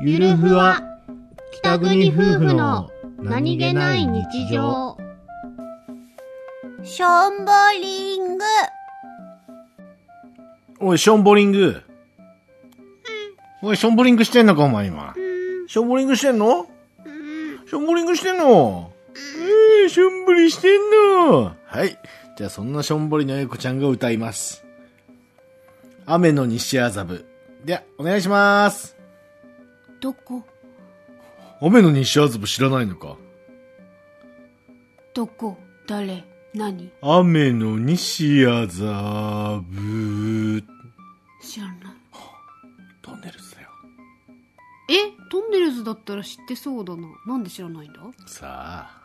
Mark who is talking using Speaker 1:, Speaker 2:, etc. Speaker 1: ゆるふわ北国夫婦の何気ない日常
Speaker 2: ションボリング。
Speaker 1: おいションボリングおいションボリングしてんのかお前今ションボリングしてんのションボリングしてんのえー、ションボリしてんのはいじゃあそんなションボリの英子ちゃんが歌います雨の西麻布ではお願いします
Speaker 2: どこ
Speaker 1: 雨の西麻布知らないのか
Speaker 2: どこ誰何
Speaker 1: 雨の西麻布
Speaker 2: 知らな
Speaker 1: トンネルズだよ
Speaker 2: い。えトンネルズだったら知ってそうだな。なんで知らないんだ
Speaker 1: さあ